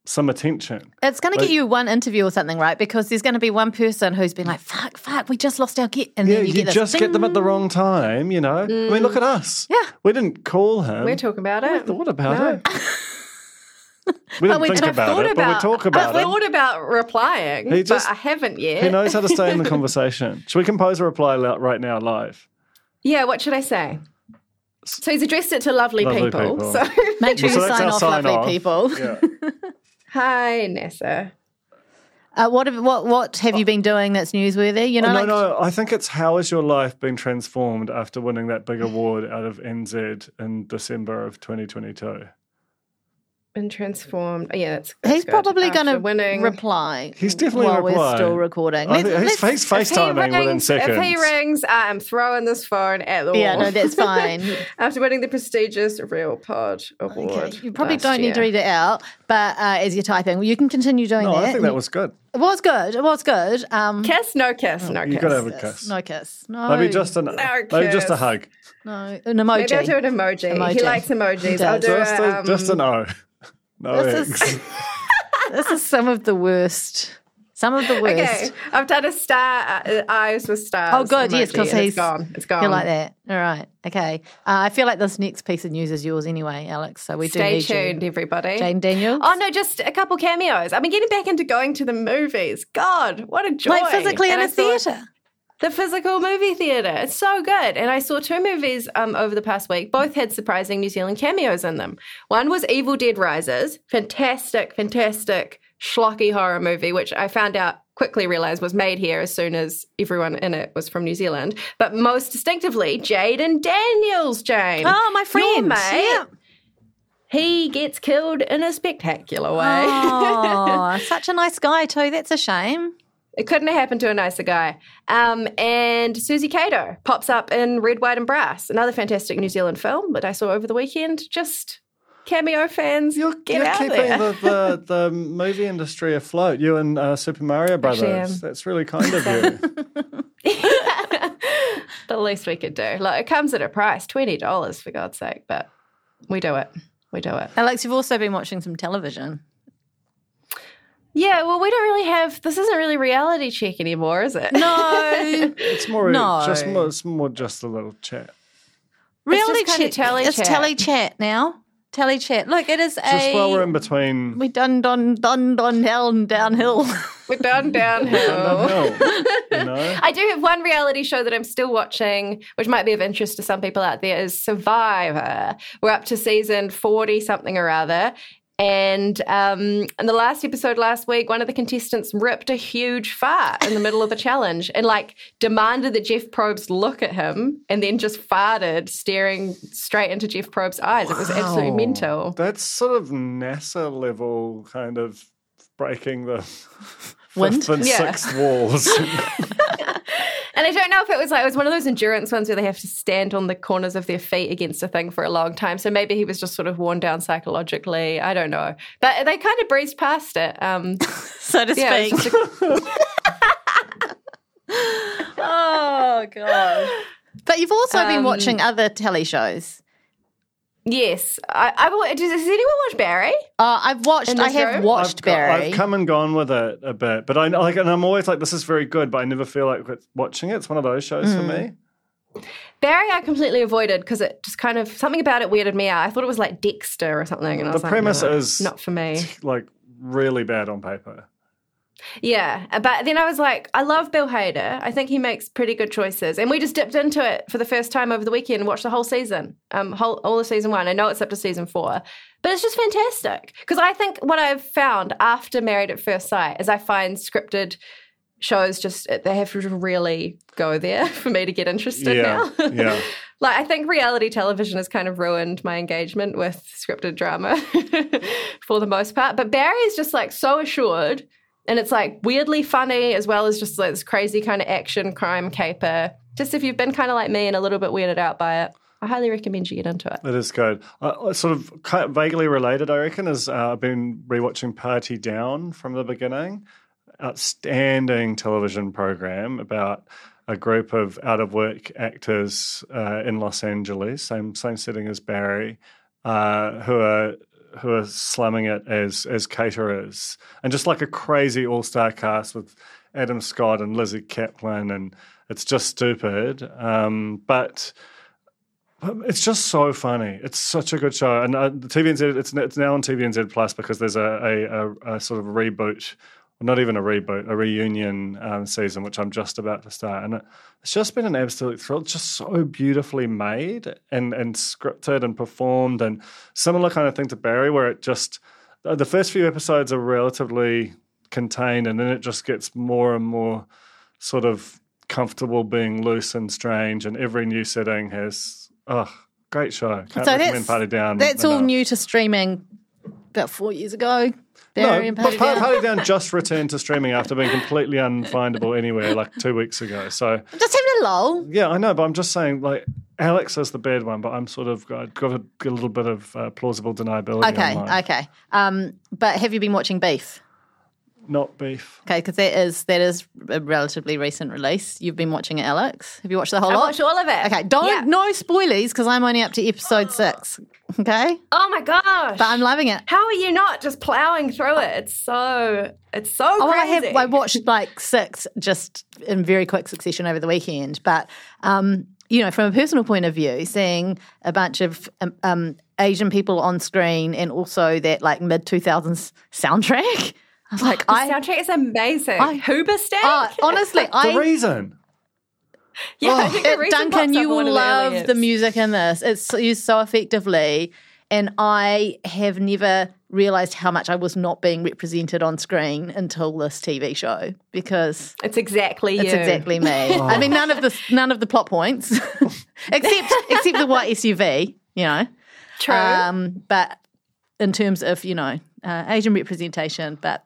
S3: some attention.
S1: it's going to
S3: like-
S1: get you one interview or something, right? Because there's going to be one person who's been like, "Fuck, fuck, we just lost our get," and
S3: Yeah,
S1: then
S3: you,
S1: you, get this
S3: just get them at the
S1: ding.
S3: wrong time, you know. I mean, look at us.
S1: Yeah.
S3: we didn't call him.
S2: We're talking about
S3: We
S2: it.
S3: thought about
S2: No.
S1: *laughs*
S3: it. we didn't
S1: we
S3: think
S1: don't
S3: about
S2: thought
S3: it, but we
S2: about-
S3: talk
S2: I
S3: about it.
S2: thought about replying,
S3: He just-
S2: but I haven't yet.
S3: He knows how to stay in
S1: *laughs*
S3: the conversation. Should we compose a reply li- right now, live?
S2: Yeah, what should I say? So he's addressed it to lovely,
S3: Lovely
S2: people.
S3: people.
S2: So, *laughs*
S1: Make sure
S3: Well, so
S1: you
S3: that's
S1: sign
S3: our
S1: off,
S3: sign
S1: lovely
S3: off.
S1: people. *laughs*
S3: Yeah.
S2: hi NASA.
S1: Uh, what, have, what, what have you been doing that's newsworthy? You know,
S3: Oh, no,
S1: like,
S3: no. I think it's how has your life been transformed after winning that big award out of NZ in December of 2022?
S2: Been transformed. Oh, yeah, that's, that's
S1: he's
S2: good.
S1: probably
S2: After
S1: going to
S2: winning.
S1: reply.
S3: He's definitely
S1: while
S3: replied.
S1: we're still recording.
S3: I
S1: Let's-
S3: think he's,
S1: let's-
S3: he's FaceTiming within
S2: rings, if
S3: seconds.
S2: he rings, I'm throwing this phone at the wall.
S1: yeah, no, that's
S3: *laughs*
S1: fine.
S2: *laughs* After winning the prestigious Real Pod Award,
S1: Okay. You probably
S2: last
S1: don't
S2: year.
S1: need to read it out, but uh, as you're typing, you can continue doing
S3: no,
S1: that.
S3: I think that was good.
S1: It was good. It was good. Um,
S2: Kiss, no kiss, no
S3: Oh, You
S2: kiss.
S3: got to have a kiss.
S1: No kiss. No.
S3: Maybe just an, maybe just a
S2: kiss.
S3: hug.
S1: no an emoji.
S2: Maybe I'll do an emoji. He
S1: Emoji.
S2: likes emojis.
S1: He
S2: I'll
S1: does.
S2: do
S3: Just,
S2: a,
S3: a,
S2: um,
S3: just an O. *laughs* No
S1: this
S3: X.
S1: is this is *laughs* some of the worst. Some of the worst.
S2: Okay, I've done a star uh, eyes with stars.
S1: Oh, good. Yes,
S2: emoji,
S1: because
S2: and
S1: he's
S2: it's gone. It's gone.
S1: You like that? All right. Okay. Uh, I feel like this next piece of news is yours anyway, Alex. So we do
S2: Stay
S1: need
S2: tuned,
S1: you.
S2: everybody.
S1: Jane Daniels.
S2: Oh no, just a couple cameos. I've been getting back into going to the movies. God, what a joy!
S1: Like physically in
S2: And
S1: a
S2: I saw
S1: theatre.
S2: the physical movie theatre. It's so good. And I saw two movies um, over the past week. Both had surprising New Zealand cameos in them. One was Evil Dead Rises, fantastic, fantastic schlocky horror movie, which I found out quickly realized was made here as soon as everyone in it was from New Zealand. But most distinctively, Jaden Daniels, Jane.
S1: Oh, my
S2: Your
S1: friend.
S2: mate.
S1: Yeah.
S2: *laughs* He gets killed in a spectacular way.
S1: Oh, such a nice guy too. That's a shame.
S2: It couldn't have happened to a nicer guy. Um, and Susie Cato pops up in Red, White, and Brass, another fantastic New Zealand film that I saw over the weekend. Just cameo fans,
S3: *laughs* You're,
S2: get
S3: you're
S2: out
S3: keeping
S2: there.
S3: The, the, the movie industry afloat. You and uh, Super Mario Brothers.
S2: am.
S3: That's really kind
S2: *laughs*
S3: of you.
S2: *laughs* the least we could do. Like it comes at a price, twenty dollars for God's sake, but we do it. We do it.
S1: Alex, you've also been watching some television.
S2: Yeah, well, we don't really have. This isn't really reality check anymore, is *laughs* it?
S1: *laughs* No.
S3: It's more,
S1: No.
S3: just more, it's more just a little chat.
S1: Really
S2: just kinda
S1: chat.
S2: telly
S1: it's
S2: chat.
S1: telly chat now. Tally chat. Look, it is
S3: Just
S1: a.
S3: while we're in between.
S1: we done done done done down downhill. *laughs*
S2: We're down downhill.
S3: No,
S2: *laughs*
S3: you know?
S2: I do have one reality show that I'm still watching, which might be of interest to some people out there, is Survivor. We're up to season 40 something or other. And um, in the last episode last week, one of the contestants ripped a huge fart in the middle of the challenge and like demanded that Jeff Probst look at him and then just farted staring straight into Jeff Probst's eyes. It was absolutely mental.
S3: Oh, That's sort of NASA level kind of breaking the *laughs*
S1: Wind?
S3: fifth and
S2: Yeah. *laughs*
S3: sixth walls.
S2: And I don't know if it was like it was one of those endurance ones where they have to stand on the corners of their feet against a thing for a long time. So maybe he was just sort of worn down psychologically. I don't know, but they kind of breezed past it. Um,
S1: so to
S2: yeah, it
S1: speak.
S2: was just a-
S1: oh god! But you've also been
S2: Um,
S1: watching other telly shows.
S2: *laughs* yes. I, I will, does, does anyone watch Barry?
S1: Uh, I've watched.
S2: In
S1: I
S2: this
S1: have
S2: room?
S1: watched
S3: I've, got-
S1: Barry.
S3: I've come and gone with it a bit, but I like, and I'm always like, this is very good, but I never feel like quit- watching it. It's one of those shows for me.
S2: Barry, I completely avoided because it just kind of something about it weirded me out. I thought it was like Dexter or something. And I
S3: The
S2: was like,
S3: premise
S2: "No,
S3: is-
S2: not for me.
S3: Like really bad on paper.
S2: Yeah, but then I was like, I love Bill Hader. I think he makes pretty good choices, and we just dipped into it for the first time over the weekend and watched the whole season, um, whole all of season one. I know it's up to season four, but it's just fantastic because I think what I've found after Married at First Sight is I find scripted shows just they have to really go there *laughs* for me to get interested
S3: yeah,
S2: now.
S3: yeah.
S2: Like I think reality television has kind of ruined my engagement with scripted drama *laughs* for the most part. But Barry is just like so assured and it's like weirdly funny as well as just like this crazy kind of action crime caper. Just if you've been kind of like me and a little bit weirded out by it, I highly recommend you get into it.
S3: It is good. Uh, sort of kind of vaguely related, I reckon, is uh, I've been rewatching Party Down from the beginning. Outstanding television program about a group of out of work actors uh, in Los Angeles, same same setting as Barry, uh, who are who are slumming it as as caterers, and just like a crazy all star cast with Adam Scott and Lizzie Kaplan, and it's just stupid, um, but. Um, It's just so funny. It's such a good show, and uh, the TVNZ. It's, it's now on TVNZ Plus because there's a, a, a, a sort of reboot, not even a reboot, a reunion um, season, which I'm just about to start, and it- it's just been an absolute thrill. It's just so beautifully made and and scripted and performed, and similar kind of thing to Barry, where it just uh, the first few episodes are relatively contained, and then it just gets more and more sort of comfortable being loose and strange, and every new setting has oh, great show. Can't
S1: So
S3: recommend
S1: that's-
S3: Party Down.
S1: That's all
S3: enough.
S1: new to streaming. About four years ago, Barry
S3: No,
S1: and
S3: but
S1: Party
S3: Party,
S1: Down.
S3: Party
S1: *laughs*
S3: Down just returned to streaming after being completely unfindable anywhere like two weeks ago. So
S1: Just having a lull.
S3: yeah, I know, but I'm just saying like. Alex is the bad one, but I'm sort of I've got a, a little bit of uh, plausible deniability. on
S1: Okay,
S3: mine.
S1: okay. Um, but have you been watching Beef?
S3: Not beef.
S1: Okay, because that is that is a relatively recent release. You've been watching it, Alex. Have you watched the whole
S2: I
S1: lot?
S2: watch all of it.
S1: Okay, don't
S2: Yeah.
S1: no spoilies because I'm only up to episode six. Okay,
S2: Oh my gosh.
S1: but I'm loving it.
S2: How are you not just plowing through it? It's so it's so
S1: Oh, well, I
S2: crazy.
S1: have. I watched like six just in very quick succession over the weekend. But um, you know, from a personal point of view, seeing a bunch of um, um, Asian people on screen and also that like mid two thousands soundtrack, *laughs* I was like,
S2: the
S1: I
S2: soundtrack is amazing.
S1: I-
S2: Hoobastank.
S1: oh, honestly,
S3: The
S1: I *laughs*
S3: reason.
S2: yeah, I think the
S1: It-
S2: reason
S1: Duncan,
S2: pops up
S1: you
S2: on one
S1: will
S2: of
S1: love the
S2: aliens.
S1: music in this. It's used so effectively, and I have never realized how much I was not being represented on screen until this TV show because
S2: It's exactly
S1: it's
S2: you.
S1: exactly
S2: *laughs*
S1: me. I mean, none of the none of the plot points, *laughs* except except the white SUV, you know.
S2: true.
S1: Um, but in terms of you know uh, Asian representation, but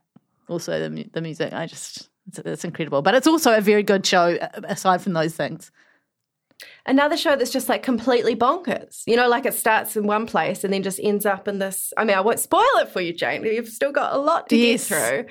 S1: also the mu- the music, I just. It's, it's incredible, but it's also a very good show. uh, Aside from those things,
S2: Another show that's just like completely bonkers. You know, like it starts in one place and then just ends up in this. I mean, I won't spoil it for you, Jane. You've still got a lot to
S1: Yes.
S2: get through.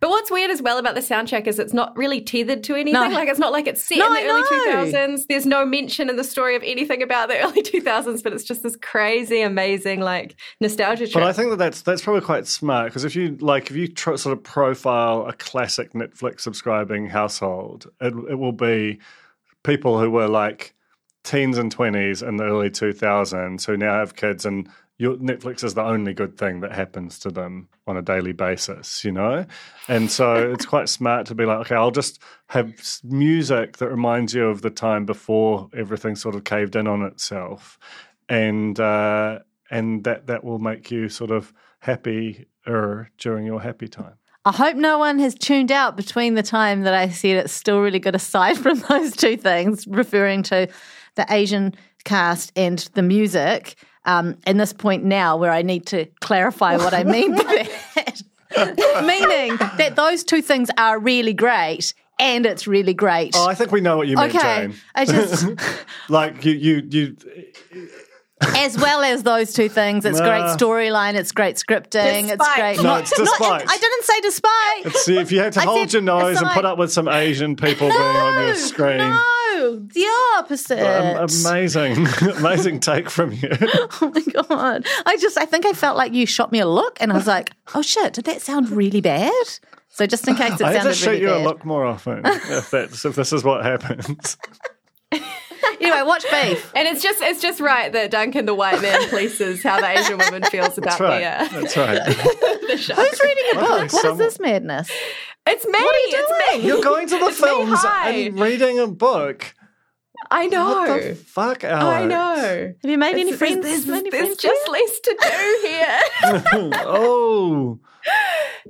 S2: But what's weird as well about the soundtrack is it's not really tethered to anything.
S1: No.
S2: Like it's not like it's set
S1: No,
S2: in the
S1: I
S2: early two
S1: know.
S2: thousands. There's no mention in the story of anything about the *laughs* early two thousands, but it's just this crazy, amazing like nostalgia trip.
S3: But I think that that's that's probably quite smart because if you like if you tr- sort of profile a classic Netflix subscribing household, it it will be people who were like teens and twenties in the early two thousands who now have kids and your Netflix is the only good thing that happens to them on a daily basis, you know? And so *laughs* it's quite smart to be like, okay, I'll just have s- music that reminds you of the time before everything sort of caved in on itself. And uh, and that that will make you sort of happier during your happy time.
S1: I hope no one has tuned out between the time that I said it's still really good aside from *laughs* those two things, referring to the Asian cast and the music. Um, and this point now where I need to clarify what I mean
S3: *laughs*
S1: by that. Meaning that those two things are really great and it's really great.
S3: Oh, I think we know what you mean,
S1: okay.
S3: Jane.
S1: I
S3: *laughs*
S1: just
S3: Like you you you
S1: as well as those two things. It's great
S3: Nah.
S1: storyline. It's great scripting. It's
S2: Despite.
S1: great.
S3: No, it's despite.
S1: I didn't say despite.
S3: see if you had to
S1: I
S3: hold
S1: said
S3: your nose and put
S1: aside.
S3: up with some
S1: *laughs*
S3: Asian people being on your screen.
S1: No, the opposite.
S3: Um, amazing, *laughs* amazing take from you.
S1: oh my god! I just, I think I felt like you shot me a look, and I was like, "Oh shit, did that sound really bad?" So just in case it
S3: I need to
S1: sounded
S3: shoot
S1: really
S3: you
S1: bad.
S3: a look more often if that's if this is what happens.
S1: Anyway, watch
S3: *laughs*
S1: beef.
S2: And it's just it's just right that Duncan the white man polices how the Asian
S3: *laughs*
S2: woman feels about
S3: That's right.
S2: the, uh,
S3: That's right.
S2: the show.
S1: Who's reading a book? What is
S3: someone-
S1: this madness?
S2: It's me. It's me.
S3: You're going to the
S2: It's me,
S3: films
S2: hi.
S3: and reading a book.
S2: I
S3: What the
S2: know.
S3: fuck, Alex?
S2: I know.
S1: Have you made any
S2: It's-
S1: friends?
S2: There's,
S1: Many friends
S2: there's, there's just less to *laughs* do here.
S3: oh,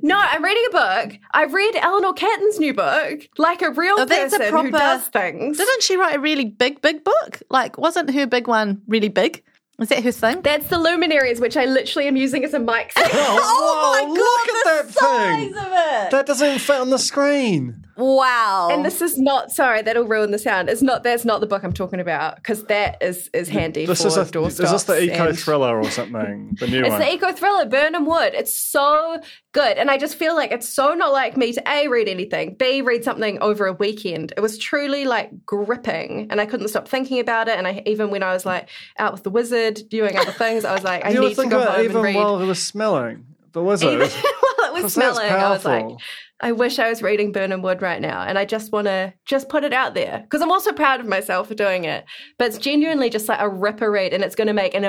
S2: no, I'm reading a book. I've read Eleanor Catton's new book, like a real
S1: Oh, that's a
S2: person
S1: proper-
S2: who does things.
S1: Didn't she write a really big, big book? Like, wasn't her big one really big? Was that her thing?
S2: That's the Luminaries, which I literally am using as a
S3: *laughs*
S2: mic. stand.
S3: oh, wow, look at that thing.
S1: it.
S3: That doesn't even fit on the screen.
S1: Wow.
S2: and this is not sorry. That'll ruin the sound. It's not. That's not the book I'm talking about because that is is handy.
S3: This
S2: for
S3: is a
S2: door
S3: is this the
S2: stops
S3: eco
S2: and-
S3: thriller or something? The new
S2: It's
S3: one.
S2: the eco thriller, Burnham Wood. It's so good. And I just feel like it's so not like me to A, read anything, B, read something over a weekend. It was truly like gripping. And I couldn't stop thinking about it. And I even when I was like out with the wizard doing other things, I was like, I
S3: you were
S2: need to
S3: thinking
S2: go
S3: about
S2: home
S3: it
S2: and
S3: even
S2: read.
S3: while it was smelling. The wizard.
S2: Even- *laughs* while it was
S3: 'Cause that's
S2: smelling, I was like,
S3: powerful.
S2: I wish I was reading Burnham Wood right now. And I just want to just put it out there because I'm also proud of myself for doing it. But it's genuinely just like a ripper read and it's going to make an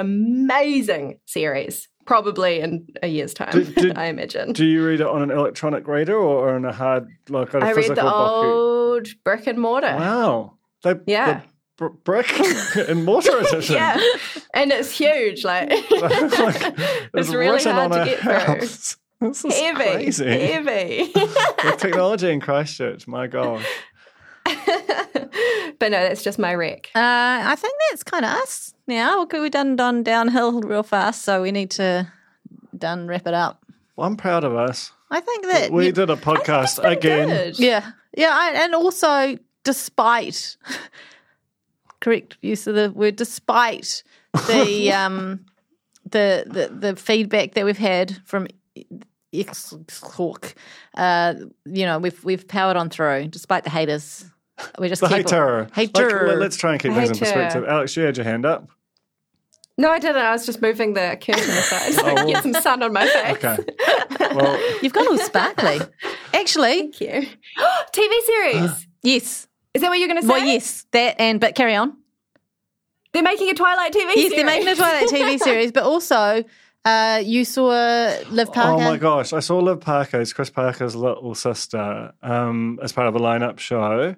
S2: amazing series, probably in a year's time,
S3: Did- did-
S2: I imagine.
S3: Do you read it on an electronic reader or on a hard, like on a
S2: I read
S3: physical
S2: the
S3: book?
S2: old brick and mortar.
S3: Wow. They,
S2: Yeah.
S3: The br- brick *laughs* and mortar
S2: *laughs*
S3: edition.
S2: Yeah.
S3: *laughs*
S2: and it's huge. Like,
S3: Like,
S2: It's really
S3: written
S2: hard
S3: on
S2: to
S3: a
S2: get through.
S3: house. *laughs* This
S2: *laughs*
S3: is
S2: heavy.
S3: crazy.
S2: Heavy.
S3: *laughs*
S2: *laughs*
S3: The technology in Christchurch, my gosh.
S2: but no, that's just my wreck.
S1: Uh, I think that's kind of us now. Okay, we've done done downhill real fast, so we need to done wrap it up.
S3: Well, I'm proud of us.
S1: I think that
S3: We
S1: you-
S3: did a podcast again.
S2: Good.
S1: yeah, yeah, I, and also despite *laughs* correct use of the word, despite
S3: *laughs*
S1: the um the the, the feedback that we've had from X Hawk, uh, you know, we've we've powered on through despite the haters. We just
S3: The
S1: keep
S3: hater.
S1: hater.
S3: Like, let's try and keep things in
S2: Hater.
S3: perspective. Alex, you had your hand up.
S2: No, I didn't. I was just moving the curtain aside so I could *laughs* get some sun on my face.
S3: Oh,
S2: *laughs*
S3: Okay. well,
S1: You've got all sparkly, actually.
S2: Thank *gasps* you. TV
S1: *gasps*
S2: series.
S1: Yes.
S2: Is that what you're going to say?
S1: Well, yes, that and but carry on.
S2: They're making a Twilight TV
S1: Yes,
S2: series.
S1: they're making a Twilight TV series, but also uh, you saw Liv Parker.
S3: Oh my gosh, I saw Liv Parker's Chris Parker's little sister um, as part of a lineup show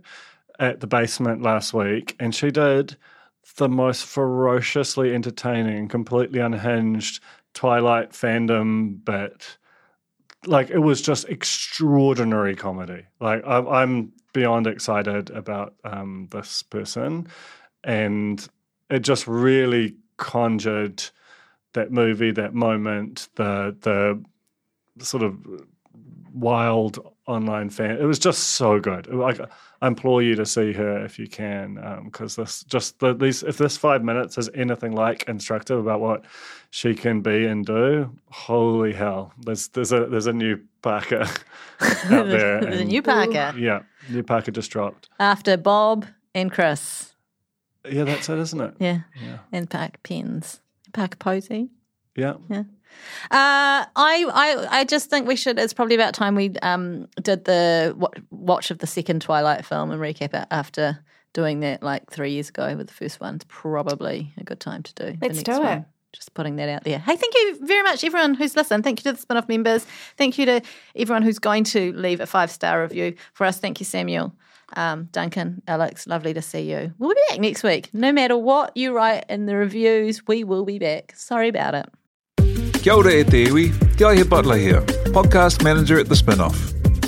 S3: at the basement last week, and she did the most ferociously entertaining, completely unhinged Twilight fandom bit. Like it was just extraordinary comedy. Like I'm, I'm beyond excited about um, this person, and it just really conjured that movie, that moment, the the sort of wild online fan. It was just so good. Like, I implore you to see her if you can, because this just the, these if this five minutes is anything like instructive about what she can be and do, holy hell! There's there's a there's a new Parker *laughs* out
S1: *laughs*
S3: there.
S1: There's a
S3: and-
S1: new Parker
S3: yeah, new Parker just dropped.
S1: after Bob and Chris.
S3: Yeah, that's it, isn't it?
S1: Yeah.
S3: Yeah.
S1: And Parker Pins. Parker Posey.
S3: Yeah.
S1: Uh, I, I I just think we should. It's probably about time we um did the wa- watch of the second Twilight film and recap it after doing that like three years ago with the first one. It's probably a good time to do. the
S2: Let's
S1: next
S2: do
S1: one.
S2: it.
S1: Just putting that out there. Hey, thank you very much, everyone who's listened. Thank you to the spin off members. Thank you to everyone who's going to leave a five star review for us. Thank you, Samuel, um, Duncan, Alex. Lovely to see you. We'll be back next week. No matter what you write in the reviews, we will be back. Sorry about it.
S6: Kia ora e te iwi, Te Aihe Butler here, podcast manager at The Spinoff.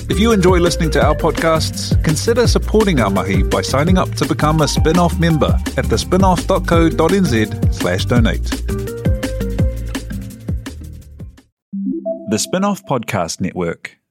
S6: If you enjoy listening to our podcasts, consider supporting our mahi by signing up to become a spin-off member at thespinoff.co.nz slash donate. The Spinoff Podcast Network.